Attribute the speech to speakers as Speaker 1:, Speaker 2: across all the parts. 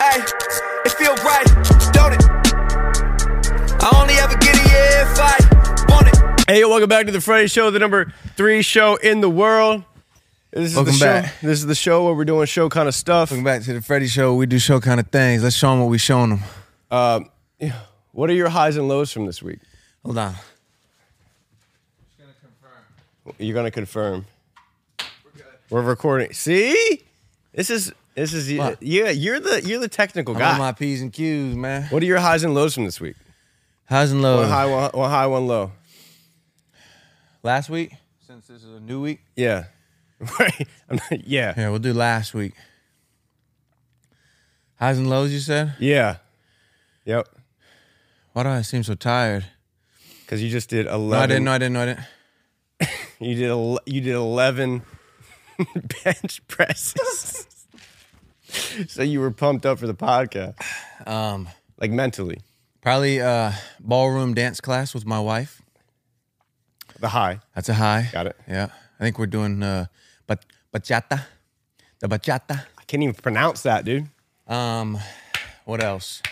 Speaker 1: Hey, it feel right, don't it? I only ever get it yeah, if I want it.
Speaker 2: Hey, yo, welcome back to the Friday Show, the number three show in the world. This is
Speaker 3: Welcome
Speaker 2: the show.
Speaker 3: back.
Speaker 2: This is the show where we're doing show kind of stuff.
Speaker 3: Welcome back to the Freddy Show. We do show kind of things. Let's show them what we showing them.
Speaker 2: What are your highs and lows from this week?
Speaker 3: Hold on.
Speaker 2: You're gonna confirm. We're recording. See, this is this is
Speaker 3: What?
Speaker 2: yeah. You're the you're the technical
Speaker 3: I'm
Speaker 2: guy.
Speaker 3: on my P's and Q's, man.
Speaker 2: what are your highs and lows from this week?
Speaker 3: Highs and
Speaker 2: One
Speaker 3: lows.
Speaker 2: high, one, one high, one low.
Speaker 3: Last week, since this is a new week.
Speaker 2: Yeah, right. I'm not, yeah,
Speaker 3: Yeah, we'll do last week. Highs and lows, you said?
Speaker 2: yeah, yep.
Speaker 3: Why do I seem so tired?
Speaker 2: Because you just did eleven.
Speaker 3: No, I didn't. No, I didn't. No, I didn't.
Speaker 2: You did ele- you did eleven bench presses. so you were pumped up for the podcast,
Speaker 3: Um,
Speaker 2: like mentally.
Speaker 3: probably uh, ballroom dance class with my wife.
Speaker 2: The high.
Speaker 3: That's a high.
Speaker 2: Got it.
Speaker 3: Yeah. I think we're doing uh, bat- bachata. The bachata.
Speaker 2: I can't even pronounce that, dude.
Speaker 3: Um, what else?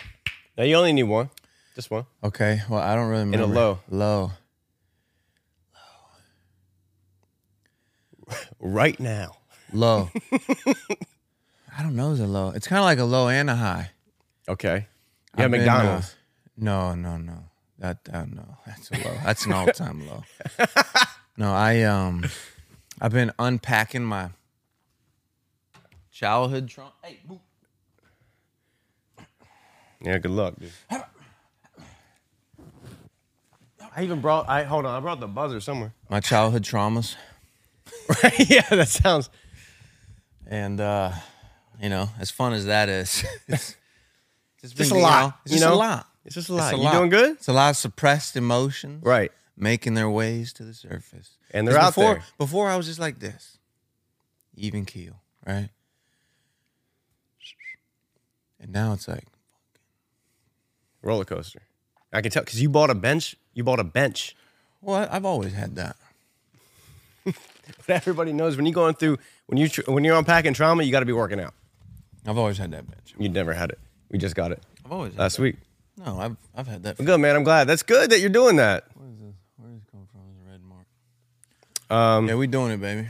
Speaker 2: Now you only need one, just one.
Speaker 3: Okay. Well, I don't really
Speaker 2: a
Speaker 3: remember.
Speaker 2: low.
Speaker 3: Low.
Speaker 2: Right now.
Speaker 3: Low. I don't know. Is a low? It's kind of like a low and a high.
Speaker 2: Okay. Yeah,
Speaker 3: I've been, uh,
Speaker 2: McDonald's.
Speaker 3: no, no, no. That uh, no. That's a low. That's an all-time low. No, I um, I've been unpacking my childhood trauma. Hey, boo.
Speaker 2: yeah, good luck, dude. I even brought. I hold on. I brought the buzzer somewhere.
Speaker 3: my childhood traumas,
Speaker 2: Right? yeah, that sounds.
Speaker 3: and uh, you know, as fun as that is, it's, it's
Speaker 2: Just a
Speaker 3: been, you
Speaker 2: lot,
Speaker 3: know, it's
Speaker 2: you
Speaker 3: just
Speaker 2: know?
Speaker 3: a lot.
Speaker 2: It's just a lot.
Speaker 3: It's
Speaker 2: you doing good?
Speaker 3: It's a lot of suppressed emotions.
Speaker 2: Right.
Speaker 3: making their ways to the surface.
Speaker 2: And they're
Speaker 3: 'Cause
Speaker 2: out
Speaker 3: before,
Speaker 2: there.
Speaker 3: Before I was just like this, even keel, right? And now it's like,
Speaker 2: Roller coaster. I can tell because you bought a bench. You bought a bench.
Speaker 3: well, I- I've always had that.
Speaker 2: But everybody knows when you're going through when you tr- when you're unpacking trauma, you got to be working out.
Speaker 3: I've always had that bitch.
Speaker 2: You never had it. We just got it
Speaker 3: I've always had
Speaker 2: last week.
Speaker 3: that. No, I've I've had that.
Speaker 2: Well,
Speaker 3: For,
Speaker 2: Good man. I'm glad. That's good that you're doing that.
Speaker 3: where is it coming from? This red mark. Um, yeah, we doing it, baby.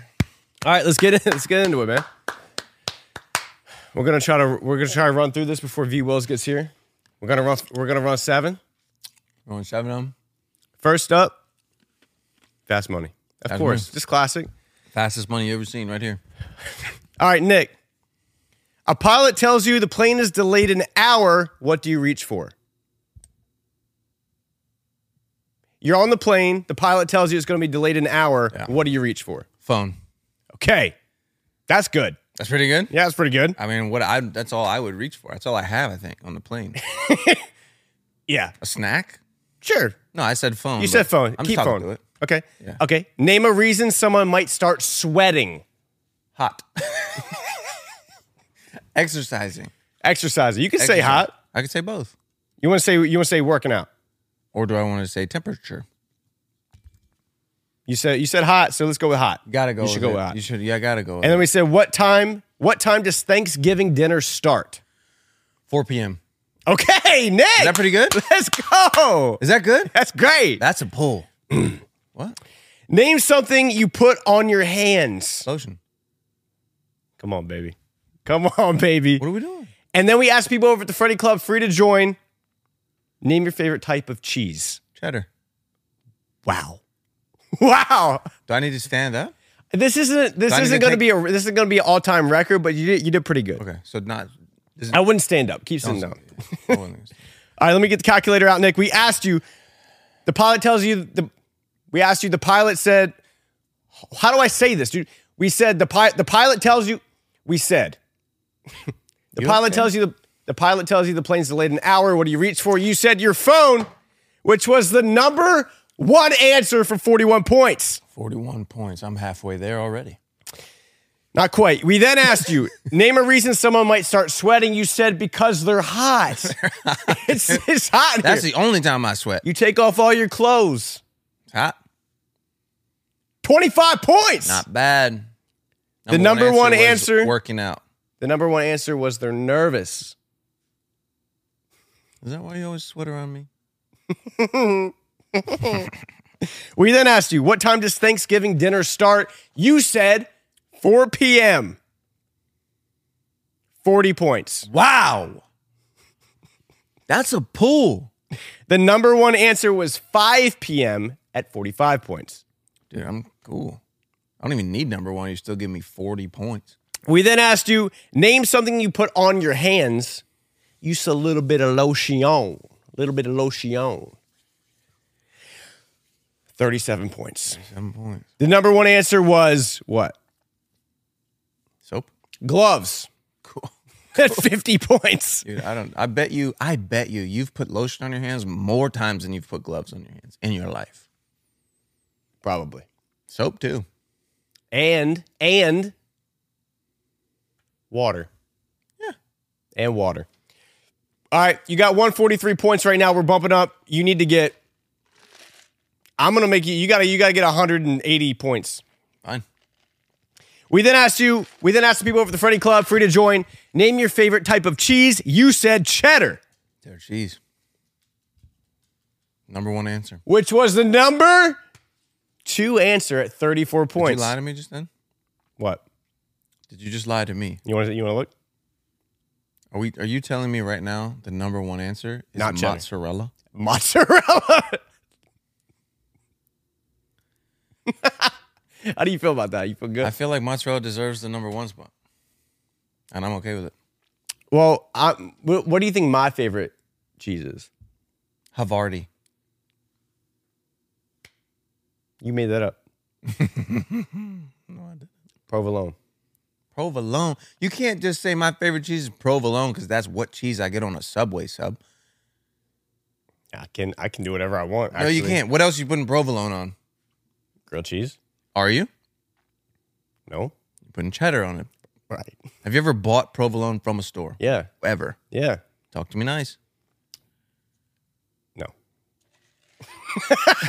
Speaker 2: All right, let's get in. Let's get into it, man. We're gonna try to we're gonna try to run through this before V Wills gets here. We're gonna run we're gonna run seven.
Speaker 3: We're on seven of them.
Speaker 2: First up, Fast Money. Of
Speaker 3: Fast
Speaker 2: course,
Speaker 3: Money.
Speaker 2: just classic.
Speaker 3: Fastest money you ever seen, right here.
Speaker 2: All right, Nick. A pilot tells you the plane is delayed an hour. What do you reach for? You're on the plane. The pilot tells you it's going to be delayed an hour.
Speaker 3: Yeah.
Speaker 2: What do you reach for?
Speaker 3: Phone.
Speaker 2: Okay. That's good.
Speaker 3: That's pretty good.
Speaker 2: Yeah, that's pretty good.
Speaker 3: I mean, what I that's all I would reach for. That's all I have, I think, on the plane.
Speaker 2: Yeah.
Speaker 3: A snack?
Speaker 2: Sure.
Speaker 3: No, I said phone.
Speaker 2: You
Speaker 3: but
Speaker 2: said phone.
Speaker 3: I'm
Speaker 2: Keep
Speaker 3: talking
Speaker 2: phone.
Speaker 3: to it.
Speaker 2: Okay.
Speaker 3: Yeah.
Speaker 2: Okay. Name a reason someone might start sweating.
Speaker 3: hot. Exercising.
Speaker 2: Exercising. You can say
Speaker 3: Exercise.
Speaker 2: hot.
Speaker 3: I could say both.
Speaker 2: You want to say you want to say working out.
Speaker 3: Or do I want to say temperature?
Speaker 2: You said you said hot, so let's go with hot.
Speaker 3: Gotta go.
Speaker 2: You should
Speaker 3: with
Speaker 2: go
Speaker 3: it.
Speaker 2: with hot.
Speaker 3: You should. Yeah, I gotta go. With
Speaker 2: And
Speaker 3: it.
Speaker 2: then we said, what time? What time does Thanksgiving dinner start?
Speaker 3: 4 p.m.
Speaker 2: Okay, Nick.
Speaker 3: Is that pretty good?
Speaker 2: Let's go.
Speaker 3: Is that good?
Speaker 2: That's great.
Speaker 3: That's a pull. what?
Speaker 2: Name something you put on your hands.
Speaker 3: Lotion.
Speaker 2: Come on, baby. Come on, baby.
Speaker 3: What are we doing?
Speaker 2: And then we asked people over at the Freddy Club, free to join. Name your favorite type of cheese.
Speaker 3: Cheddar.
Speaker 2: Wow. Wow.
Speaker 3: Do I need to stand up?
Speaker 2: This isn't this
Speaker 3: Do I need
Speaker 2: isn't
Speaker 3: to
Speaker 2: going to
Speaker 3: take-
Speaker 2: be a this is going to be an all-time record, but you did, you did pretty good.
Speaker 3: Okay, so not. This is,
Speaker 2: I wouldn't stand up. Keep sitting down.
Speaker 3: I wasn't gonna-
Speaker 2: All right, let me get the calculator out, Nick. We asked you. The pilot tells you the. We asked you. The pilot said, "How do I say this, dude?" We said the pilot. The pilot tells you. We said. the
Speaker 3: You
Speaker 2: pilot
Speaker 3: okay?
Speaker 2: tells you the. The pilot tells you the plane's delayed an hour. What do you reach for? You said your phone, which was the number one answer for 41 points.
Speaker 3: 41 points. I'm halfway there already.
Speaker 2: Not quite. We then asked you, name a reason someone might start sweating. You said because they're hot. it's, it's hot. in
Speaker 3: That's
Speaker 2: here.
Speaker 3: the only time I sweat.
Speaker 2: you take off all your clothes.
Speaker 3: Hot.
Speaker 2: 25 points.
Speaker 3: Not bad.
Speaker 2: The number one
Speaker 3: was
Speaker 2: answer-
Speaker 3: working out.
Speaker 2: The number one answer was they're nervous.
Speaker 3: Is that why you always sweat around me?
Speaker 2: We then asked you, what time does Thanksgiving dinner start? You said 4 p.m. 40 points.
Speaker 3: Wow. That's a pool.
Speaker 2: The number one answer was 5 p.m. at 45 points.
Speaker 3: Dude, I'm cool. I don't even need number one. You still give me 40 points.
Speaker 2: We then asked you, name something you put on your hands. You said a little bit of lotion. A little bit of lotion. 37 points.
Speaker 3: Seven points.
Speaker 2: The number one answer was what?
Speaker 3: Soap.
Speaker 2: Gloves.
Speaker 3: Cool.
Speaker 2: At 50 points.
Speaker 3: Dude, I don't I bet you I bet you you've put lotion on your hands more times than you've put gloves on your hands in your life.
Speaker 2: Probably.
Speaker 3: Soap too.
Speaker 2: and and water.
Speaker 3: Yeah.
Speaker 2: And water. All right, you got 143 points right now. We're bumping up. You need to get I'm going to make you you got to you got to get 180 points.
Speaker 3: Fine.
Speaker 2: We then asked you, we then asked the people over at the Freddy Club free to join, name your favorite type of cheese. You said cheddar,
Speaker 3: There, cheese. Number one answer.
Speaker 2: which was the number 2 answer at 34
Speaker 3: Did
Speaker 2: points.
Speaker 3: you lie to me just then?
Speaker 2: What?
Speaker 3: Did you just lie to me?
Speaker 2: You want to you want to look?
Speaker 3: Are we? Are you telling me right now the number one answer is
Speaker 2: Not cheddar.
Speaker 3: mozzarella?
Speaker 2: mozzarella. How do you feel about that? You feel
Speaker 3: I
Speaker 2: good?
Speaker 3: feel like mozzarella deserves the number one spot, and I'm okay with it.
Speaker 2: Well, I, wh- what do you think my favorite cheese is?
Speaker 3: Havarti.
Speaker 2: You made that up.
Speaker 3: No, I didn't.
Speaker 2: Provolone.
Speaker 3: Provolone. You can't just say my favorite cheese is provolone because that's what cheese I get on a Subway sub.
Speaker 2: I can I can do whatever I want.
Speaker 3: No, you
Speaker 2: actually.
Speaker 3: can't. What else you putting provolone on?
Speaker 2: Grilled cheese?
Speaker 3: Are you?
Speaker 2: No.
Speaker 3: you putting cheddar on it.
Speaker 2: Right.
Speaker 3: Have you ever bought provolone from a store?
Speaker 2: Yeah.
Speaker 3: Ever?
Speaker 2: Yeah.
Speaker 3: Talk to me nice.
Speaker 2: No.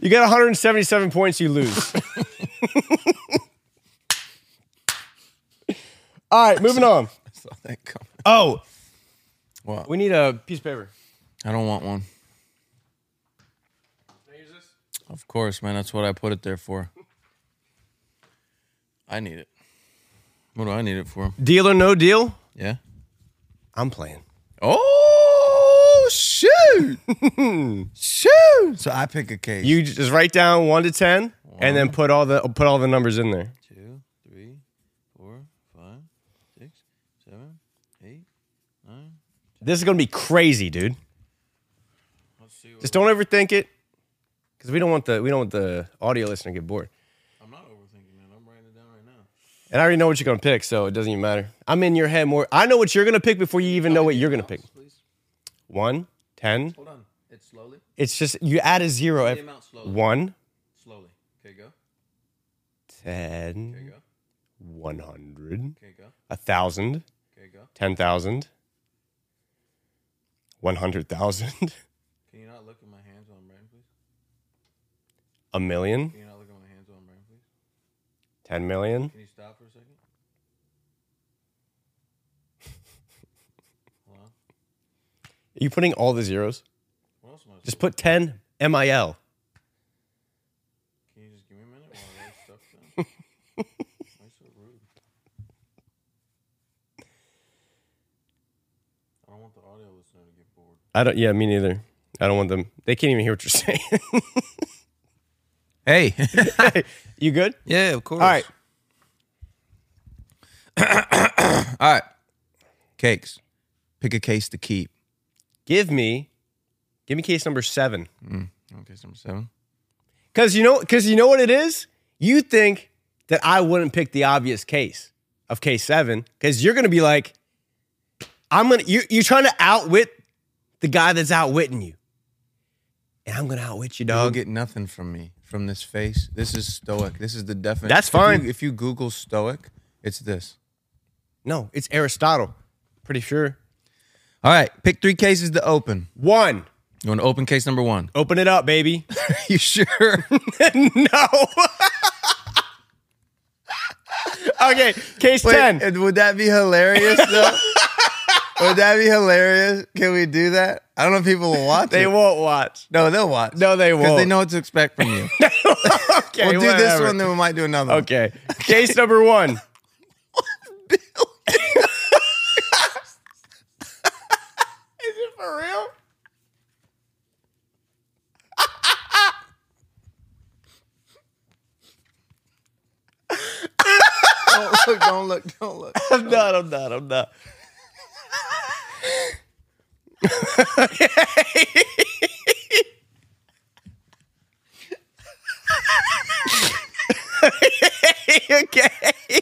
Speaker 2: you get 177 points, you lose. All right, moving on.
Speaker 3: I saw that coming.
Speaker 2: Oh,
Speaker 3: What?
Speaker 2: we need a piece of paper.
Speaker 3: I don't want one. Of course, man. That's what I put it there for. I need it. What do I need it for?
Speaker 2: Deal or no deal?
Speaker 3: Yeah.
Speaker 2: I'm playing.
Speaker 3: Oh shoot! shoot! So I pick a case.
Speaker 2: You just write down one to ten, and then put all the put all the numbers in there.
Speaker 3: two, three, four, five, six, seven, eight.
Speaker 2: This is gonna be crazy, dude. Just don't overthink it, because we don't want the we don't want the audio listener to get bored.
Speaker 3: I'm not overthinking it. I'm writing it down right now.
Speaker 2: And I already know what you're gonna pick, so it doesn't even matter. I'm in your head more. I know what you're gonna pick before you even know what you're gonna pick. One, ten.
Speaker 3: Hold on. It's slowly.
Speaker 2: It's just you add a zero.
Speaker 3: The
Speaker 2: Every,
Speaker 3: amount slowly.
Speaker 2: one,
Speaker 3: Slowly. Okay, go.
Speaker 2: ten,
Speaker 3: go.
Speaker 2: one hundred,
Speaker 3: Okay, go.
Speaker 2: a thousand.
Speaker 3: Okay, go.
Speaker 2: 10,000, 100,000,
Speaker 3: Can you not look at my hands while I'm writing, please?
Speaker 2: a million,
Speaker 3: Can you not look at my hands while I'm writing, please?
Speaker 2: 10 million.
Speaker 3: Can you stop for a second? Hold on.
Speaker 2: Are you putting all the zeros?
Speaker 3: What else am I?
Speaker 2: Just put 10 MIL.
Speaker 3: Can you just give me a minute while I write stuff down? Why so rude? I don't want the audio listener to get bored.
Speaker 2: I don't, yeah, me neither. I don't want them. They can't even hear what you're saying.
Speaker 3: Hey.
Speaker 2: you good?
Speaker 3: yeah, of course.
Speaker 2: All right.
Speaker 3: All right. Cakes. Pick a case to keep.
Speaker 2: Give me, give me case number seven.
Speaker 3: Okay, number seven.
Speaker 2: Cause you know, cause you know what it is? You think that I wouldn't pick the obvious case of case seven. Cause you're going to be like, I'm gonna you you're trying to outwit the guy that's outwitting you. And I'm gonna outwit you,
Speaker 3: You will
Speaker 2: dog.
Speaker 3: get nothing from me from this face. This is stoic. This is the definition.
Speaker 2: That's
Speaker 3: If you- If
Speaker 2: fine.
Speaker 3: you, Google stoic, it's this. Mm-hmm.
Speaker 2: no, it's Aristotle. Pretty sure.
Speaker 3: All right, pick three cases to open.
Speaker 2: One.
Speaker 3: You want to open case number one?
Speaker 2: Open it up, baby.
Speaker 3: you sure?
Speaker 2: no. okay, case
Speaker 3: Wait,
Speaker 2: 10.
Speaker 3: and Would that be hilarious though? would that be hilarious? Can we do that? I don't know if people will watch
Speaker 2: they
Speaker 3: it.
Speaker 2: won't watch.
Speaker 3: No, they'll watch.
Speaker 2: No, they
Speaker 3: Because they
Speaker 2: won't.
Speaker 3: know what to expect from you.
Speaker 2: Okay,
Speaker 3: we'll do this
Speaker 2: whatever.
Speaker 3: one, then we might do another one.
Speaker 2: Okay. Case number one. Is it for real?
Speaker 3: Don't look, don't look, don't look.
Speaker 2: I'm not. I'm not. I'm not. okay. okay.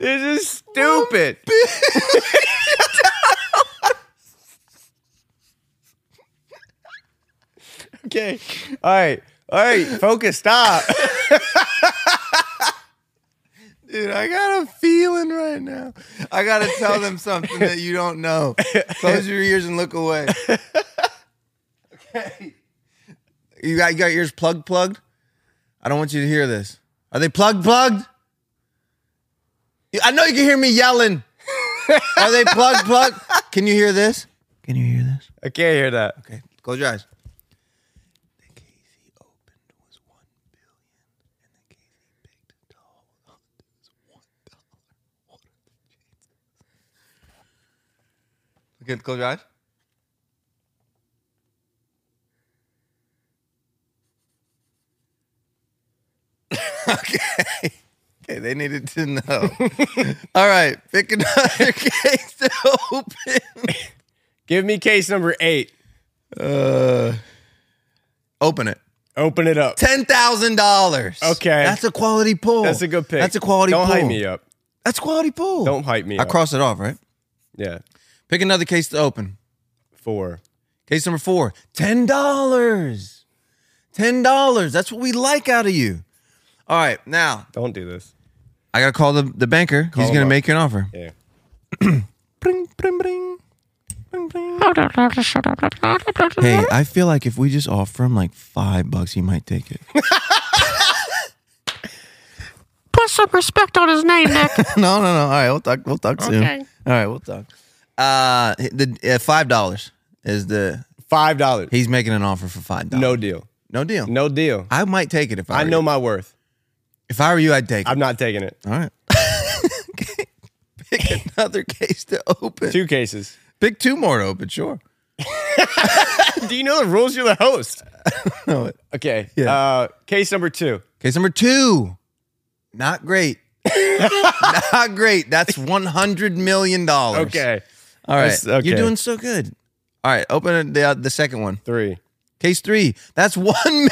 Speaker 2: This is stupid. okay. All right. All right. Focus. Stop.
Speaker 3: Dude, I got a feeling right now. I gotta tell them something that you don't know. Close your ears and look away. Okay. You got you got yours plugged plugged? I don't want you to hear this. Are they plugged plugged? You- I know you can hear me yelling. Are they plugged plugged? Can you hear this? Can you hear this?
Speaker 2: I can't hear that.
Speaker 3: Okay, close your eyes. The case he opened was one billion, and the case he picked to hold on to was one dollar. What are the chances? Okay, close your eyes. okay. Okay, they needed to know. All right, pick another case to open.
Speaker 2: Give me case number eight.
Speaker 3: Uh, open it.
Speaker 2: Open it up.
Speaker 3: Ten thousand dollars.
Speaker 2: Okay.
Speaker 3: that's a quality pull.
Speaker 2: That's a good pick.
Speaker 3: That's a quality.
Speaker 2: Don't
Speaker 3: pull.
Speaker 2: hype me up.
Speaker 3: That's quality pull.
Speaker 2: Don't hype me
Speaker 3: I
Speaker 2: up.
Speaker 3: cross it off, right?
Speaker 2: yeah.
Speaker 3: Pick another case to open.
Speaker 2: Four.
Speaker 3: Case number four. Ten dollars. Ten dollars. That's what we like out of you. All right, now
Speaker 2: Don't do this.
Speaker 3: I gotta call the, the banker. He's
Speaker 2: him
Speaker 3: gonna
Speaker 2: up.
Speaker 3: make you an offer.
Speaker 2: Yeah.
Speaker 3: Bring, bring, bring. Bring, bring. Hey, I feel like if we just offer him like five bucks, he might take it.
Speaker 4: Put some respect on his name, Nick.
Speaker 3: no, no, no. All right, we'll talk. We'll talk soon.
Speaker 4: Okay.
Speaker 3: All right, we'll talk. Uh, the uh, five dollars is the
Speaker 2: Five dollars.
Speaker 3: he's making an offer for five dollars.
Speaker 2: No deal.
Speaker 3: no deal.
Speaker 2: No deal.
Speaker 3: I might take it if I.
Speaker 2: I
Speaker 3: were
Speaker 2: know
Speaker 3: You.
Speaker 2: my worth.
Speaker 3: If I were you, I'd take it.
Speaker 2: I'm not taking it.
Speaker 3: All right. Okay. Pick another case to open.
Speaker 2: Two cases.
Speaker 3: Pick two more to open. Sure.
Speaker 2: do you know the rules? You're the host.
Speaker 3: Know it.
Speaker 2: Okay.
Speaker 3: Yeah.
Speaker 2: Uh, case number two.
Speaker 3: Case number two. Not great. Not great. That's one hundred million dollars.
Speaker 2: Okay.
Speaker 3: All right.
Speaker 2: That's- okay.
Speaker 3: You're doing so good. All right. Open the uh, the second one.
Speaker 2: Three.
Speaker 3: Case three. That's one million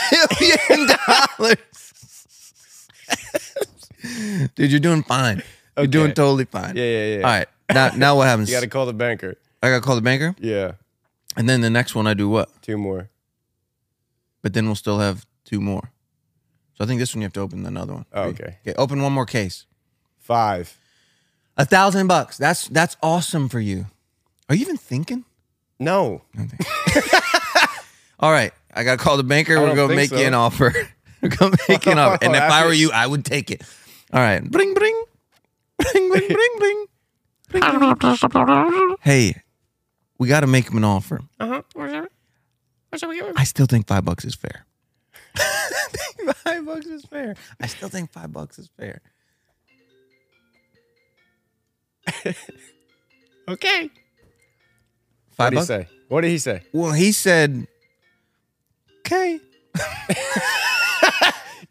Speaker 3: dollars. Dude, you're doing fine. You're doing
Speaker 2: Okay.
Speaker 3: totally fine.
Speaker 2: Yeah, yeah, yeah.
Speaker 3: All right. Now, now what happens?
Speaker 2: You got to call the banker.
Speaker 3: I gotta call the banker,
Speaker 2: Yeah.
Speaker 3: and then the next one I do what?
Speaker 2: Two more.
Speaker 3: But then we'll still have two more. So I think this one you have to open another one.
Speaker 2: Oh,
Speaker 3: Three.
Speaker 2: okay.
Speaker 3: Okay. Open one more case.
Speaker 2: Five.
Speaker 3: A thousand bucks. That's that's awesome for you. Are you even thinking?
Speaker 2: No.
Speaker 3: All right, I gotta call the banker.
Speaker 2: I
Speaker 3: We're
Speaker 2: don't
Speaker 3: gonna
Speaker 2: think
Speaker 3: make you
Speaker 2: so.
Speaker 3: an offer. We're gonna make you an offer. And if I were
Speaker 2: That's-
Speaker 3: you, I would take it. All right, bring, bring, bring, bring, bring, bring. Hey, we gotta make him an offer. I still think five bucks is fair. five bucks is fair. I still think five bucks is fair.
Speaker 2: Okay. What
Speaker 3: Five
Speaker 2: did he
Speaker 3: bucks.
Speaker 2: say? What did he say?
Speaker 3: Well, he said, "Okay."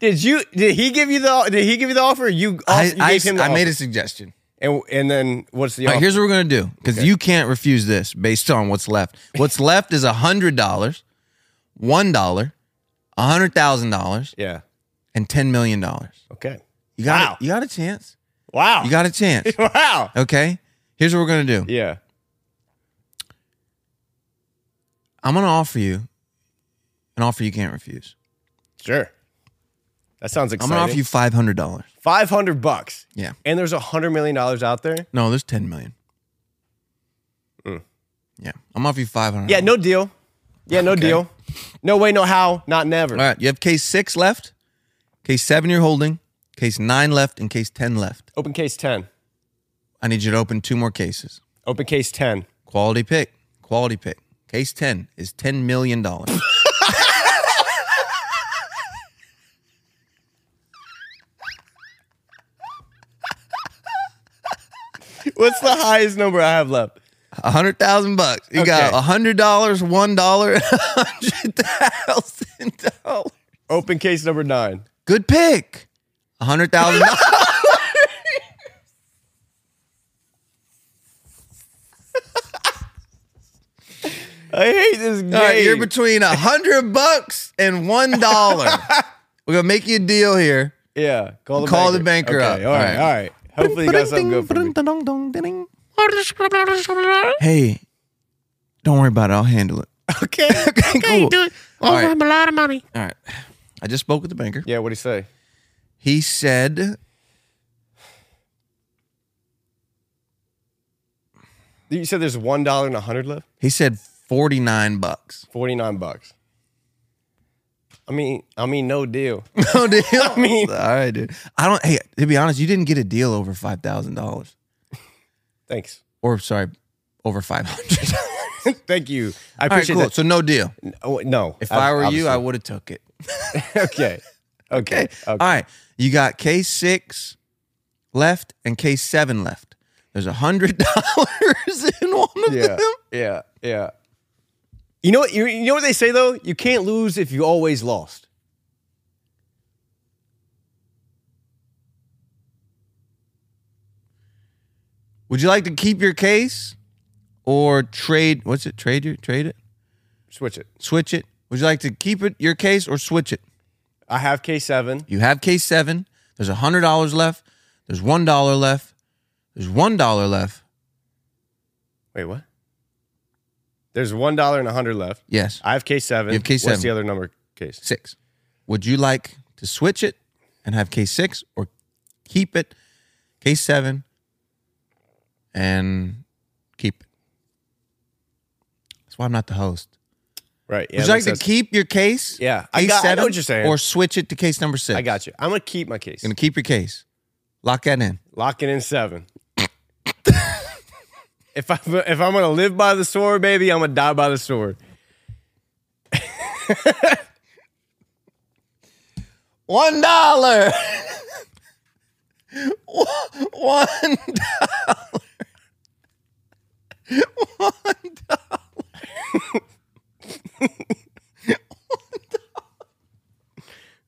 Speaker 2: Did you? Did he give you the? Did he give you the offer? Or you,
Speaker 3: I,
Speaker 2: Oh, you
Speaker 3: I,
Speaker 2: gave him the
Speaker 3: I made
Speaker 2: offer?
Speaker 3: a suggestion.
Speaker 2: And and then what's the
Speaker 3: All right,
Speaker 2: offer?
Speaker 3: here's what we're gonna do because you can't refuse this based on what's left. What's left is a hundred dollars, one dollar, a hundred thousand dollars,
Speaker 2: yeah.
Speaker 3: and ten million dollars.
Speaker 2: Okay.
Speaker 3: You got
Speaker 2: Wow.
Speaker 3: you got a chance.
Speaker 2: Wow.
Speaker 3: You got a chance.
Speaker 2: wow.
Speaker 3: Okay. Here's what we're gonna do.
Speaker 2: Yeah.
Speaker 3: I'm gonna offer you an offer you can't refuse.
Speaker 2: Sure. That sounds
Speaker 3: I'm
Speaker 2: exciting.
Speaker 3: gonna offer you five hundred dollars.
Speaker 2: five hundred bucks.
Speaker 3: Yeah.
Speaker 2: And there's a hundred million dollars out there.
Speaker 3: No, there's ten million. Yeah, I'm gonna offer you five hundred.
Speaker 2: Hmm. Yeah, no deal. Yeah, no deal. No way, no how, not never.
Speaker 3: All right, you have case six left, case seven you're holding, case nine left, and case ten left.
Speaker 2: Open case ten.
Speaker 3: I need you to open two more cases.
Speaker 2: Open case ten.
Speaker 3: Quality pick. Quality pick. Case ten is ten million dollars.
Speaker 2: What's the highest number I have left?
Speaker 3: A hundred thousand bucks. You got
Speaker 2: Okay.
Speaker 3: a hundred dollars, one dollar, a hundred thousand dollars.
Speaker 2: Open case number nine.
Speaker 3: Good pick. A hundred thousand dollars.
Speaker 2: I hate this game.
Speaker 3: All right, you're between a hundred bucks and one dollar. We're gonna make you a deal here.
Speaker 2: yeah. Call the
Speaker 3: Call
Speaker 2: banker.
Speaker 3: the banker
Speaker 2: Okay, All
Speaker 3: up. All
Speaker 2: right.
Speaker 3: right.
Speaker 2: All right. Hopefully you got something good for me.
Speaker 3: Hey, don't worry about it. I'll handle it.
Speaker 2: Okay.
Speaker 3: Okay,
Speaker 4: Okay, do it. Oh,
Speaker 3: right.
Speaker 4: I'm a lot of money.
Speaker 3: All right. I just spoke with the banker.
Speaker 2: Yeah. What do you say?
Speaker 3: He said,
Speaker 2: You said there's one dollar and a hundred left.
Speaker 3: he said 49 bucks.
Speaker 2: Forty nine bucks. I mean, I mean, no deal.
Speaker 3: No deal. I
Speaker 2: mean-
Speaker 3: all right, dude. I don't, hey, to be honest, you didn't get a deal over $5,000
Speaker 2: Thanks.
Speaker 3: or sorry, over 500.
Speaker 2: Thank you. I
Speaker 3: all right,
Speaker 2: appreciate
Speaker 3: cool. So no deal.
Speaker 2: that. Oh, no.
Speaker 3: If
Speaker 2: ob-
Speaker 3: I were you, I
Speaker 2: obviously.
Speaker 3: would have took it.
Speaker 2: okay. Okay.
Speaker 3: All right. You got case six left and case seven left. There's a hundred dollars in one of
Speaker 2: Yeah.
Speaker 3: them.
Speaker 2: Yeah. Yeah. You know what? You, you know what they say though. You can't lose if you always lost.
Speaker 3: Would you like to keep your case or trade? What's it? Trade your trade it?
Speaker 2: Switch it.
Speaker 3: Switch it? Would you like to keep it your case or switch it?
Speaker 2: I have K seven.
Speaker 3: You have case seven. There's a hundred dollars left. There's one dollar left. There's one dollar left.
Speaker 2: Wait, what? There's one dollar and a hundred left.
Speaker 3: Yes.
Speaker 2: I have K seven.
Speaker 3: You have K7.
Speaker 2: What's the other number? Case.
Speaker 3: Six. Would you like to switch it and have case six or keep it? Case seven and keep it. That's why I'm not the host.
Speaker 2: Right. Yeah,
Speaker 3: Would you
Speaker 2: that
Speaker 3: like to
Speaker 2: makes sense.
Speaker 3: keep your case?
Speaker 2: Yeah,
Speaker 3: Case
Speaker 2: I got- I know
Speaker 3: seven,
Speaker 2: what you're saying.
Speaker 3: Or switch it to case number six.
Speaker 2: I got you. I'm gonna keep my case.
Speaker 3: Gonna keep your case. Lock that in.
Speaker 2: Locking in seven. if I if I'm gonna live by the sword, baby, I'm gonna die by the sword.
Speaker 3: One dollar. One dollar.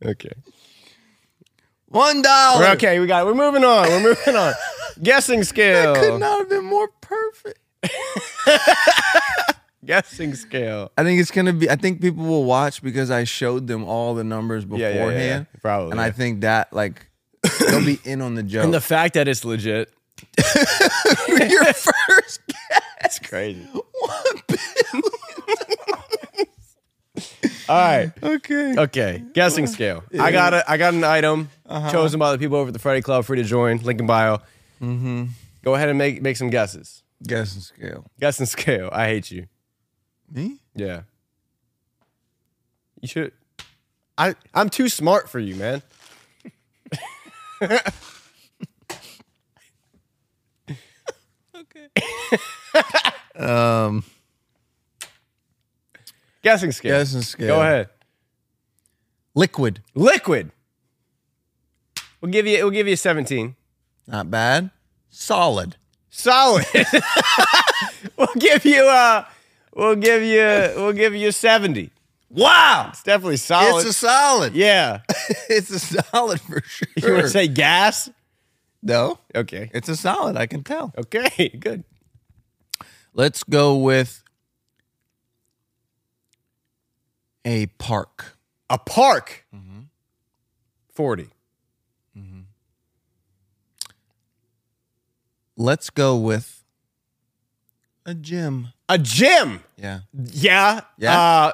Speaker 2: Okay.
Speaker 3: One dollar.
Speaker 2: We're okay. We got. We're moving on. We're moving on. Guessing
Speaker 3: Oh. That could
Speaker 2: scale.
Speaker 3: not have been more perfect.
Speaker 2: Guessing scale.
Speaker 3: I think it's gonna be. I think people will watch because I showed them all the numbers
Speaker 2: yeah, yeah,
Speaker 3: beforehand.
Speaker 2: yeah. Probably,
Speaker 3: And
Speaker 2: yeah.
Speaker 3: I think that like they'll be in on the joke.
Speaker 2: And the fact that it's legit.
Speaker 3: your first guess.
Speaker 2: It's crazy.
Speaker 3: One bill.
Speaker 2: All right.
Speaker 3: Okay.
Speaker 2: Okay, guessing scale. I got a, I got an item
Speaker 3: Uh-huh.
Speaker 2: chosen by the people over at the Friday Club, free to join. Link in bio. Mm-hmm. Go ahead and make make some guesses.
Speaker 3: Guessing scale.
Speaker 2: Guessing scale. I hate you.
Speaker 3: Me?
Speaker 2: Yeah. You should. I I'm too smart for you, man.
Speaker 3: Um.
Speaker 2: Guessing scale.
Speaker 3: Guessing scale.
Speaker 2: Go ahead.
Speaker 3: Liquid.
Speaker 2: Liquid. We'll give you. We'll give you a 17.
Speaker 3: Not bad. Solid.
Speaker 2: Solid. we'll give you. Uh, we'll give you. We'll give you a 70.
Speaker 3: Wow.
Speaker 2: It's definitely solid.
Speaker 3: It's a solid.
Speaker 2: yeah.
Speaker 3: It's a solid for sure.
Speaker 2: You want to say gas?
Speaker 3: no?
Speaker 2: Okay.
Speaker 3: It's a solid. I can tell.
Speaker 2: Okay. Good.
Speaker 3: Let's go with a park.
Speaker 2: A park. 40.
Speaker 3: Let's go with A gym.
Speaker 2: A gym.
Speaker 3: Yeah.
Speaker 2: Yeah.
Speaker 3: Yeah.
Speaker 2: Uh,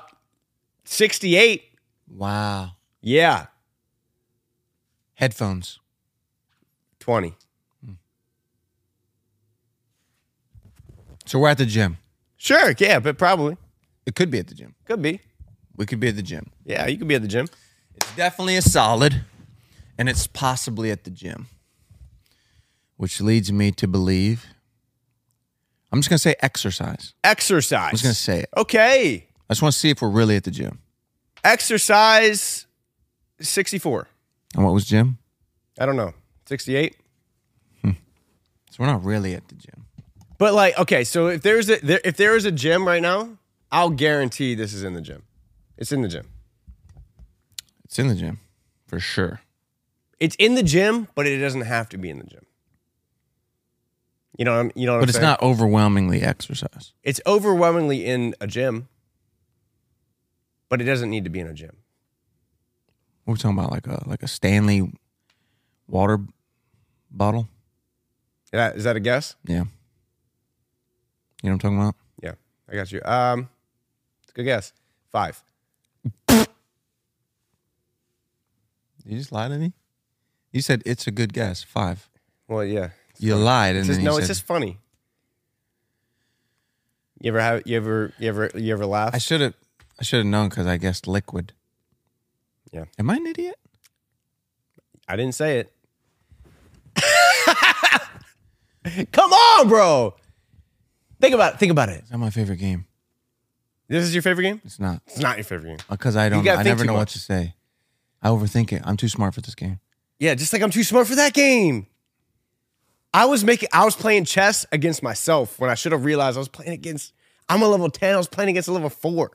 Speaker 2: 68.
Speaker 3: Wow.
Speaker 2: Yeah.
Speaker 3: Headphones.
Speaker 2: 20.
Speaker 3: So we're at the gym.
Speaker 2: Sure. Yeah, but probably.
Speaker 3: It could be at the gym.
Speaker 2: Could be.
Speaker 3: We could be at the gym.
Speaker 2: Yeah, you could be at the gym.
Speaker 3: It's definitely a solid, and it's possibly at the gym, which leads me to believe. I'm just gonna say exercise.
Speaker 2: Exercise. I
Speaker 3: I'm just gonna say it.
Speaker 2: Okay.
Speaker 3: I just want to see if we're really at the gym.
Speaker 2: Exercise 64.
Speaker 3: And what was gym?
Speaker 2: I don't know. 68.
Speaker 3: So we're not really at the gym.
Speaker 2: But like, okay, so if there's a there, if there is a gym right now, I'll guarantee this is in the gym. It's in the gym.
Speaker 3: It's in the gym, for sure.
Speaker 2: It's in the gym, but it doesn't have to be in the gym. You know, what I'm, you know, what I'm
Speaker 3: But it's
Speaker 2: saying?
Speaker 3: not overwhelmingly exercise.
Speaker 2: It's overwhelmingly in a gym, but it doesn't need to be in a gym.
Speaker 3: We're talking about like a like a Stanley water bottle.
Speaker 2: Is that- is that a guess?
Speaker 3: Yeah. You know what I'm talking about?
Speaker 2: Yeah, I got you. Um, it's a good guess. Five.
Speaker 3: Did you just lie to me? You said it's a good guess. Five.
Speaker 2: Well, yeah.
Speaker 3: You lied, and
Speaker 2: It's just,
Speaker 3: then you
Speaker 2: no,
Speaker 3: said,
Speaker 2: it's just funny. You ever have you ever you ever you ever laugh?
Speaker 3: I should have. I should have known because I guessed liquid.
Speaker 2: Yeah.
Speaker 3: Am I an idiot?
Speaker 2: I didn't say it. Come on, bro. Think about it. Think about it.
Speaker 3: It's not my favorite game.
Speaker 2: This is your favorite game?
Speaker 3: It's not
Speaker 2: It's not your favorite game.
Speaker 3: because I don't.
Speaker 2: gotta
Speaker 3: I
Speaker 2: think
Speaker 3: never
Speaker 2: too
Speaker 3: know what
Speaker 2: much.
Speaker 3: to say. I overthink it. I'm too smart for this game.
Speaker 2: Yeah, just like I'm too smart for that game. I was making I was playing chess against myself when I should have realized I was playing against I'm a level 10, I was playing against a level 4.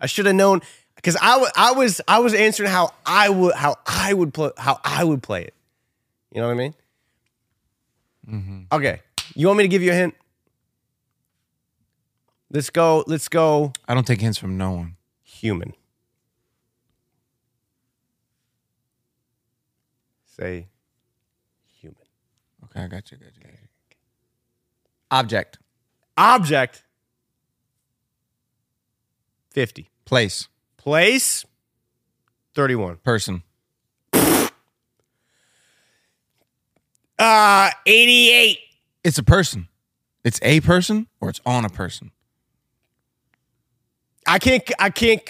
Speaker 2: I should have known cuz I wa- I was I was answering how I would how I would play how I would play it. You know what I mean? Okay. You want me to give you a hint? Let's go let's go
Speaker 3: I don't take hints from no one.
Speaker 2: human. Say human.
Speaker 3: Okay, I got you. Got you. Got you. Object,
Speaker 2: Object 50.
Speaker 3: place,
Speaker 2: Place 31.
Speaker 3: person.
Speaker 2: Uh 88.
Speaker 3: It's a person. It's a person or it's on a person.
Speaker 2: I can't I can't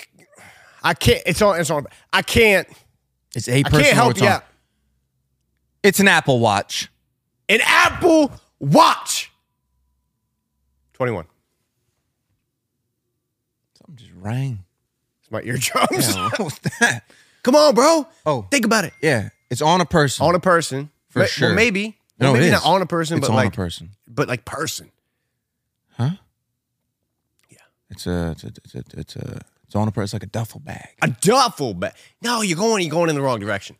Speaker 2: I can't it's on it's on I can't
Speaker 3: It's a
Speaker 2: I
Speaker 3: person.
Speaker 2: can't
Speaker 3: or
Speaker 2: help
Speaker 3: it's
Speaker 2: you
Speaker 3: on-
Speaker 2: out.
Speaker 3: It's an Apple Watch.
Speaker 2: An Apple Watch 21.
Speaker 3: Something just rang.
Speaker 2: It's my eardrums.
Speaker 3: Yeah, what was that?
Speaker 2: Come on, bro.
Speaker 3: Oh.
Speaker 2: think about it.
Speaker 3: Yeah, it's on a person.
Speaker 2: On a person.
Speaker 3: For
Speaker 2: Well,
Speaker 3: sure.
Speaker 2: maybe.
Speaker 3: no,
Speaker 2: Well, maybe
Speaker 3: it
Speaker 2: not
Speaker 3: is.
Speaker 2: on a person,
Speaker 3: It's
Speaker 2: but
Speaker 3: on
Speaker 2: like
Speaker 3: a person.
Speaker 2: but like person.
Speaker 3: Huh? It's a it's a it's a it's, a, it's on a person. It's like a duffel bag.
Speaker 2: A duffel bag. No, you're going you're going in the wrong direction.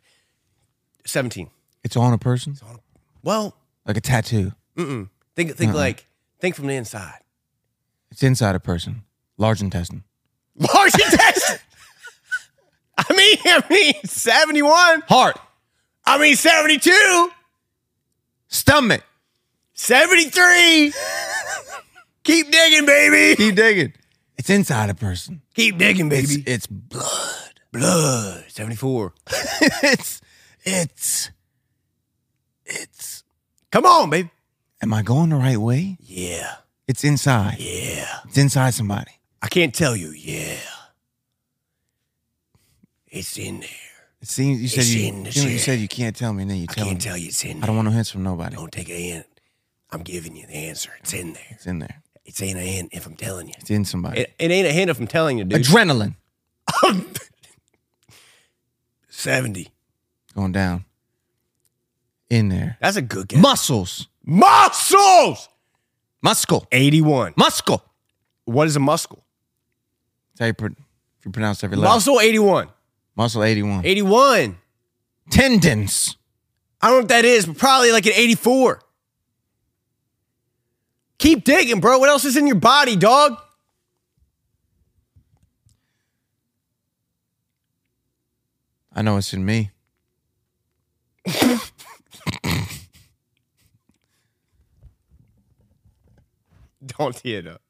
Speaker 2: 17.
Speaker 3: It's on a person.
Speaker 2: Well,
Speaker 3: Like a tattoo.
Speaker 2: think
Speaker 3: Uh-uh.
Speaker 2: think like think from the inside.
Speaker 3: It's inside a person. Large intestine.
Speaker 2: Large intestine. I mean, I mean 71.
Speaker 3: Heart.
Speaker 2: I mean 72.
Speaker 3: Stomach.
Speaker 2: 73. Keep digging, baby.
Speaker 3: Keep digging. It's inside a person.
Speaker 2: Keep digging,
Speaker 3: It's
Speaker 2: baby.
Speaker 3: it's blood.
Speaker 2: Blood. 74.
Speaker 3: it's it's it's.
Speaker 2: Come on, baby.
Speaker 3: Am I going the right way?
Speaker 2: Yeah.
Speaker 3: It's inside.
Speaker 2: Yeah.
Speaker 3: It's inside somebody.
Speaker 2: I can't tell you. Yeah. It's in there.
Speaker 3: It seems you said
Speaker 2: It's
Speaker 3: you
Speaker 2: in the
Speaker 3: you, know, you
Speaker 2: shit.
Speaker 3: said you can't tell me, and then you
Speaker 2: I
Speaker 3: tell me.
Speaker 2: can't tell you it's in
Speaker 3: I
Speaker 2: there.
Speaker 3: don't want no hints from nobody.
Speaker 2: Don't take it in. I'm giving you the answer. It's in there.
Speaker 3: It's in there.
Speaker 2: It's ain't a hint if I'm telling you.
Speaker 3: It's in somebody.
Speaker 2: It, it ain't a hint if I'm telling you, dude.
Speaker 3: Adrenaline
Speaker 2: 70.
Speaker 3: going down. In there.
Speaker 2: That's a good guess.
Speaker 3: Muscles.
Speaker 2: Muscles!
Speaker 3: Muscle.
Speaker 2: 81.
Speaker 3: Muscle.
Speaker 2: What is a muscle?
Speaker 3: That's how you, pro- if you pronounce every letter.
Speaker 2: Muscle 81.
Speaker 3: Muscle 81.
Speaker 2: 81.
Speaker 3: Tendons.
Speaker 2: I don't know what that is, but probably like an 84. Keep digging, bro. What else is in your body, dog?
Speaker 3: I know it's in me.
Speaker 2: Don't tee it up.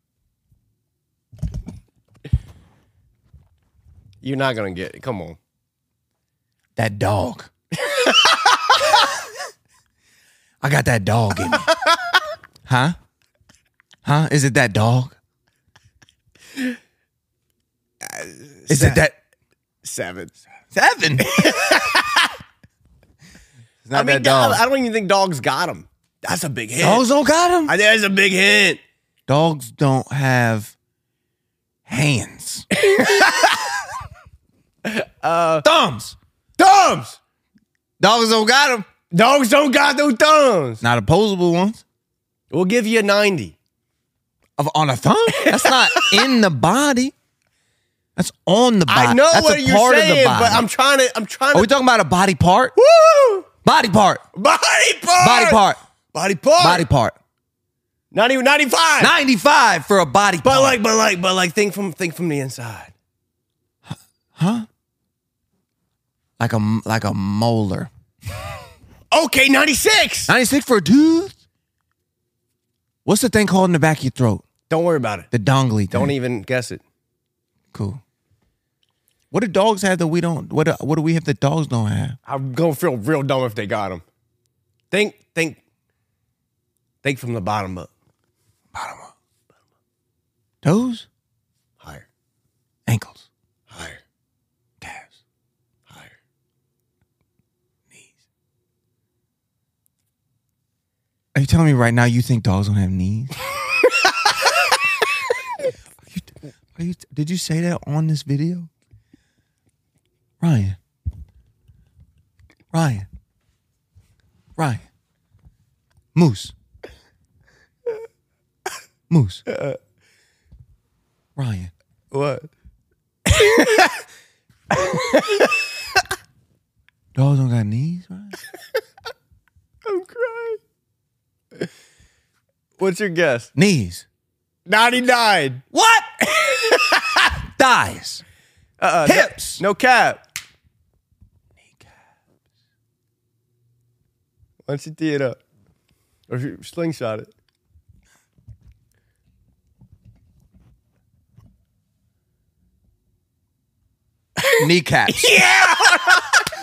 Speaker 2: You're not gonna get it. Come on.
Speaker 3: That dog. I got that dog in me. Huh? Huh? Is it that dog? Is it that
Speaker 2: Seven.
Speaker 3: seven? it's not
Speaker 2: I mean,
Speaker 3: that dog.
Speaker 2: I, I don't even think dogs got him. That's a big hint.
Speaker 3: Dogs don't got him.
Speaker 2: I, that's a big hint.
Speaker 3: Dogs don't have hands. thumbs.
Speaker 2: Thumbs.
Speaker 3: Dogs don't got them.
Speaker 2: Dogs don't got no thumbs.
Speaker 3: Not opposable ones.
Speaker 2: We'll give you a 90.
Speaker 3: Of, on a thumb? That's not in the body. That's on the body.
Speaker 2: I know
Speaker 3: That's
Speaker 2: what
Speaker 3: a
Speaker 2: you're
Speaker 3: part
Speaker 2: saying,
Speaker 3: of the body.
Speaker 2: but I'm trying to. I'm trying
Speaker 3: Are we
Speaker 2: to.
Speaker 3: talking about a body part?
Speaker 2: Woo!
Speaker 3: Body part.
Speaker 2: Body part.
Speaker 3: Body part.
Speaker 2: Body part.
Speaker 3: Body part.
Speaker 2: Not even 95.
Speaker 3: 95 for a body
Speaker 2: but
Speaker 3: part.
Speaker 2: like, but like, but like, think from think from the inside.
Speaker 3: like a like a molar.
Speaker 2: Okay, 96.
Speaker 3: 96 for a tooth? What's the thing called in the back of your throat?
Speaker 2: Don't worry about it.
Speaker 3: The dongly.
Speaker 2: Don't
Speaker 3: thing.
Speaker 2: even guess it.
Speaker 3: Cool. What do dogs have that we don't? What do, what do we have that dogs don't have?
Speaker 2: I'm gonna feel real dumb if they got him. Think, think, think from the bottom up.
Speaker 3: Toes,
Speaker 2: Higher,
Speaker 3: ankles,
Speaker 2: higher,
Speaker 3: calves,
Speaker 2: higher.
Speaker 3: knees. Are you telling me right now you think dogs don't have knees? Are you- are you- did you say that on this video, Ryan? Ryan. Ryan. Moose. Moose. Ryan.
Speaker 2: What?
Speaker 3: Dogs don't got knees, Ryan.
Speaker 2: I'm crying. What's your guess?
Speaker 3: Knees.
Speaker 2: 99.
Speaker 3: What? Thighs.
Speaker 2: Uh-uh, no-
Speaker 3: Hips.
Speaker 2: No cap. Why don't you tee it up? Or if you slingshot it.
Speaker 3: Kneecaps. Yeah.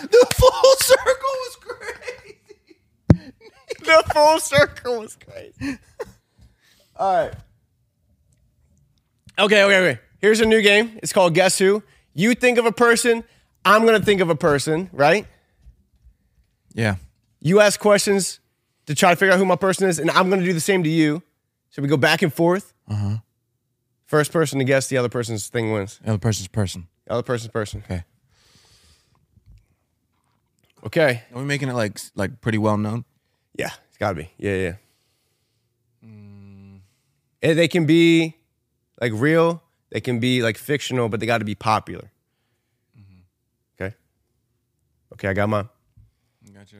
Speaker 3: the full circle was great.
Speaker 2: The full circle was crazy. All right. Okay, okay, okay. Here's a new game. It's called Guess Who. You think of a person, I'm going to think of a person, right?
Speaker 3: Yeah.
Speaker 2: You ask questions to try to figure out who my person is, and I'm going to do the same to you. So we go back and forth. Uh-huh. First person to guess the other person's thing wins.
Speaker 3: Other person's person.
Speaker 2: The other person's person.
Speaker 3: Okay.
Speaker 2: Okay.
Speaker 3: Are we making it like s- like pretty well known?
Speaker 2: Yeah, it's got to be. Yeah, yeah. And they can be like real, they can be like fictional, but they got to be popular. Okay. Okay, I got mine.
Speaker 3: Gotcha.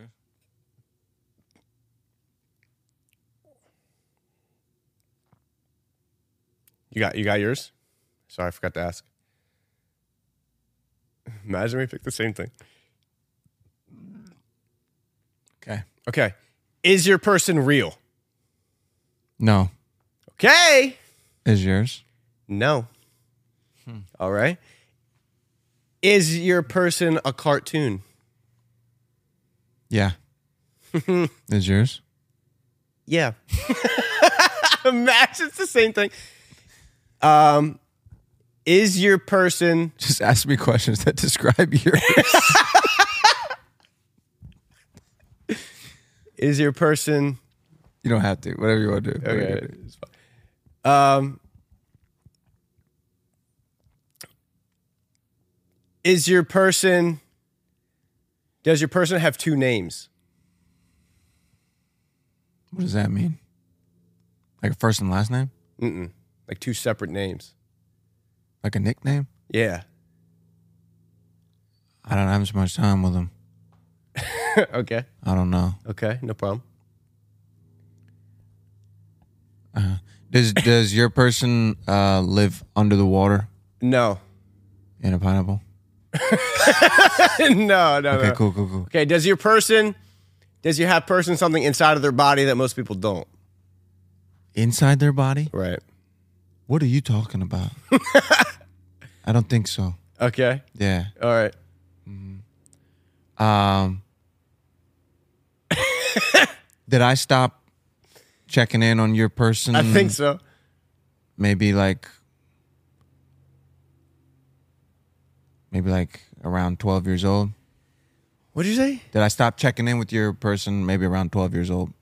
Speaker 2: You got you got yours? Sorry, I forgot to ask. Imagine we picked the same thing.
Speaker 3: Okay.
Speaker 2: Okay. Is your person real?
Speaker 3: No.
Speaker 2: Okay.
Speaker 3: Is yours?
Speaker 2: No. All right. Is your person a cartoon?
Speaker 3: Yeah. Is yours?
Speaker 2: Yeah. Imagine it's the same thing. Um, is your person
Speaker 3: Just ask me questions that describe yours.
Speaker 2: is your person
Speaker 3: you don't have to. Whatever you want to do. Whatever you
Speaker 2: Okay.
Speaker 3: wanna do. It's fine.
Speaker 2: um is your person does your person have two names?
Speaker 3: What does that mean? Like a first and last name?
Speaker 2: Mm-mm. Like two separate names.
Speaker 3: Like a nickname?
Speaker 2: Yeah.
Speaker 3: I don't have so much time with them.
Speaker 2: okay.
Speaker 3: I don't know.
Speaker 2: Okay. No problem.
Speaker 3: Does does your person uh, live under the water
Speaker 2: No.
Speaker 3: in a pineapple?
Speaker 2: no, no,
Speaker 3: Okay,
Speaker 2: no.
Speaker 3: cool, cool, cool.
Speaker 2: Okay, does your person does your have person something inside of their body that most people don't?
Speaker 3: inside their body?
Speaker 2: Right.
Speaker 3: What are you talking about? I don't think so.
Speaker 2: Okay.
Speaker 3: Yeah.
Speaker 2: All right.
Speaker 3: Um, did I stop checking in on your person?
Speaker 2: I think so.
Speaker 3: Maybe like, maybe like around 12 years old.
Speaker 2: What'd you say?
Speaker 3: Did I stop checking in with your person maybe around 12 years old?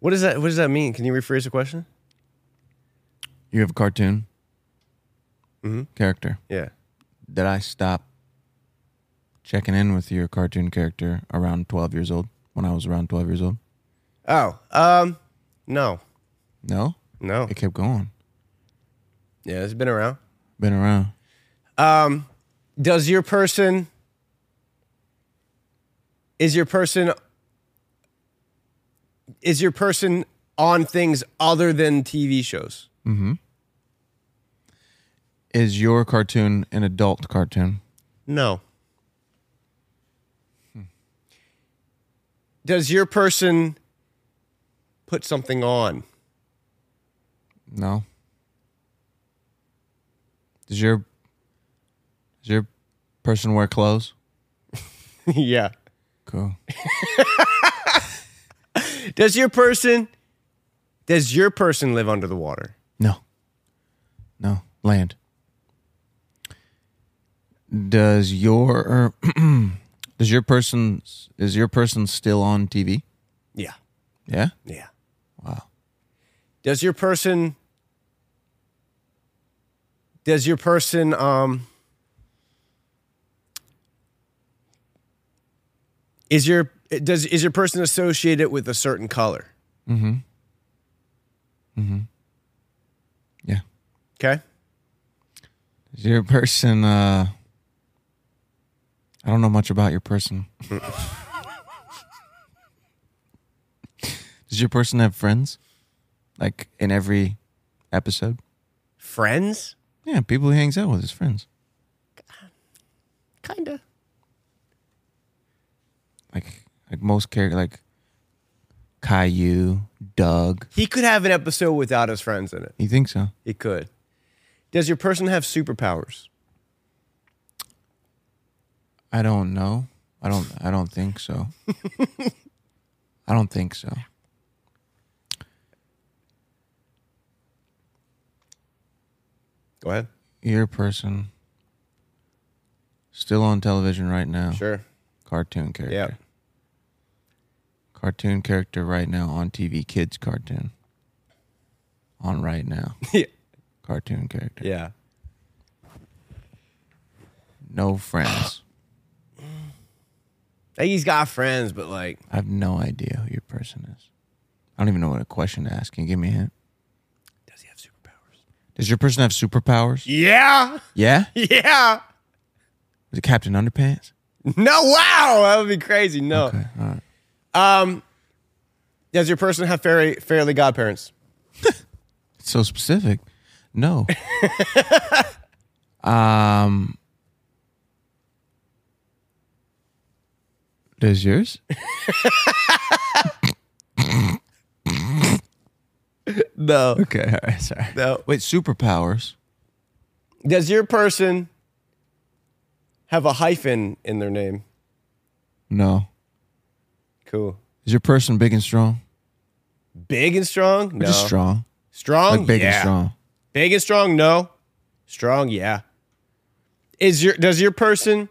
Speaker 2: What does that What does that mean? Can you rephrase the question?
Speaker 3: You have a cartoon
Speaker 2: Mm-hmm.
Speaker 3: character.
Speaker 2: Yeah.
Speaker 3: Did I stop checking in with your cartoon character around 12 years old when I was around 12 years old?
Speaker 2: Oh. Um. No.
Speaker 3: No,
Speaker 2: No.
Speaker 3: it kept going.
Speaker 2: Yeah, it's been around.
Speaker 3: Been around.
Speaker 2: Um, does your person is your person is your person on things other than TV shows?
Speaker 3: Is your cartoon an adult cartoon?
Speaker 2: No. Hmm. Does your person put something on?
Speaker 3: No. Does your does your person wear clothes?
Speaker 2: yeah.
Speaker 3: Cool.
Speaker 2: Does your person does your person live under the water?
Speaker 3: No. No. Land. Does your does your person is your person still on TV?
Speaker 2: Yeah.
Speaker 3: Yeah.
Speaker 2: Yeah. Wow. Does your person does your person um is your does is your person associated with a certain color?
Speaker 3: Yeah.
Speaker 2: Okay?
Speaker 3: Is your person uh I don't know much about your person. Does your person have friends? Like in every episode?
Speaker 2: Friends?
Speaker 3: Yeah, people he hangs out with his friends.
Speaker 2: Kinda.
Speaker 3: Like like most character like Caillou, Doug.
Speaker 2: He could have an episode without his friends in it.
Speaker 3: You think so?
Speaker 2: He could. Does your person have superpowers?
Speaker 3: I don't know. I don't I don't think so. I don't think so.
Speaker 2: Go ahead.
Speaker 3: Your person still on television right now.
Speaker 2: Sure.
Speaker 3: Cartoon character.
Speaker 2: Yeah.
Speaker 3: Cartoon character right now on TV. Kids cartoon. On right now.
Speaker 2: Yeah.
Speaker 3: Cartoon character.
Speaker 2: Yeah.
Speaker 3: No friends.
Speaker 2: Like he's got friends, but like
Speaker 3: I have no idea who your person is. I don't even know what a question to ask. Can you give me a hint?
Speaker 2: does he have superpowers?
Speaker 3: Does your person have superpowers?
Speaker 2: Yeah.
Speaker 3: Yeah?
Speaker 2: Yeah.
Speaker 3: Is it Captain Underpants?
Speaker 2: No, wow, that would be crazy. No. Um,
Speaker 3: Okay. All right.
Speaker 2: Does your person have fairy, fairly godparents?
Speaker 3: It's so specific. No. um Does yours?
Speaker 2: No.
Speaker 3: Okay, all right, sorry.
Speaker 2: No.
Speaker 3: Wait, superpowers.
Speaker 2: Does your person have a hyphen in their name?
Speaker 3: No.
Speaker 2: Cool.
Speaker 3: Is your person big and strong?
Speaker 2: Big and strong? No.
Speaker 3: Just strong.
Speaker 2: Strong?
Speaker 3: Like big
Speaker 2: yeah.
Speaker 3: and strong.
Speaker 2: Big and strong? No. Strong? Yeah. Is your does your person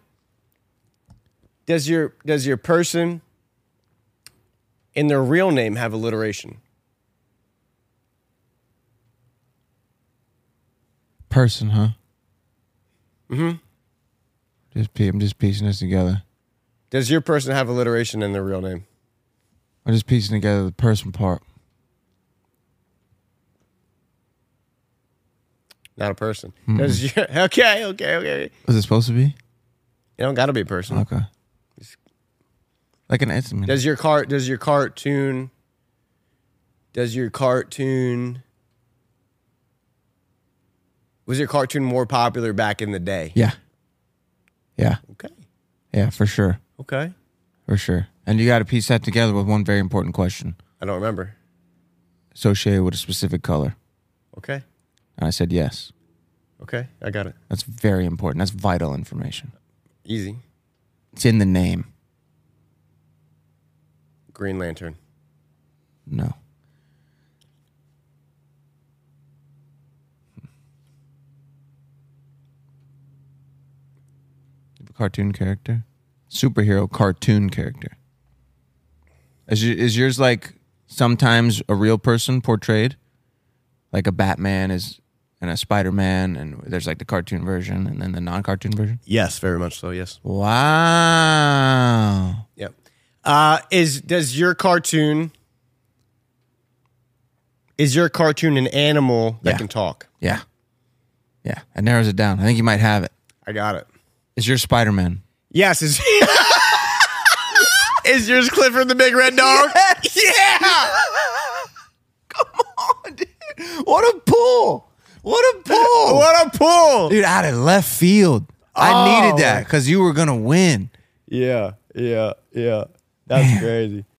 Speaker 2: does your does your person in their real name have alliteration?
Speaker 3: Person, huh? Mm-hmm.
Speaker 2: Mm-hmm.
Speaker 3: Just pie- I'm just piecing this together.
Speaker 2: Does your person have alliteration in their real name?
Speaker 3: I'm just piecing together the person part.
Speaker 2: Not a person. Does your, okay, okay, okay.
Speaker 3: Was it supposed to be?
Speaker 2: You don't gotta be a person.
Speaker 3: Okay. Like an estimate.
Speaker 2: Does your car does your cartoon does your cartoon was your cartoon more popular back in the day?
Speaker 3: Yeah. Yeah.
Speaker 2: Okay.
Speaker 3: Yeah, for sure.
Speaker 2: Okay.
Speaker 3: For sure. And you got to piece that together with one very important question.
Speaker 2: I don't remember.
Speaker 3: associated with a specific color?
Speaker 2: Okay.
Speaker 3: And I said yes.
Speaker 2: Okay. I got it.
Speaker 3: That's very important. That's vital information.
Speaker 2: Easy.
Speaker 3: It's in the name.
Speaker 2: Green Lantern.
Speaker 3: No. Cartoon character, superhero cartoon character. Is your, is yours like sometimes a real person portrayed, like a Batman is and a Spider Man, and there's like the cartoon version and then the non cartoon version.
Speaker 2: Yes, very much so. Yes.
Speaker 3: Wow.
Speaker 2: Yep. Uh, is does your cartoon is your cartoon an animal that
Speaker 3: Yeah.
Speaker 2: can talk?
Speaker 3: Yeah. Yeah. It narrows it down. I think you might have it.
Speaker 2: I got it.
Speaker 3: Is your Spider Man?
Speaker 2: Yes. Is is yours Clifford the Big Red Dog? Yeah.
Speaker 3: What a pull! What a pull!
Speaker 2: What a pull.
Speaker 3: Dude, out of left field. I needed that because you were gonna win.
Speaker 2: Yeah. Yeah. Yeah. That's crazy.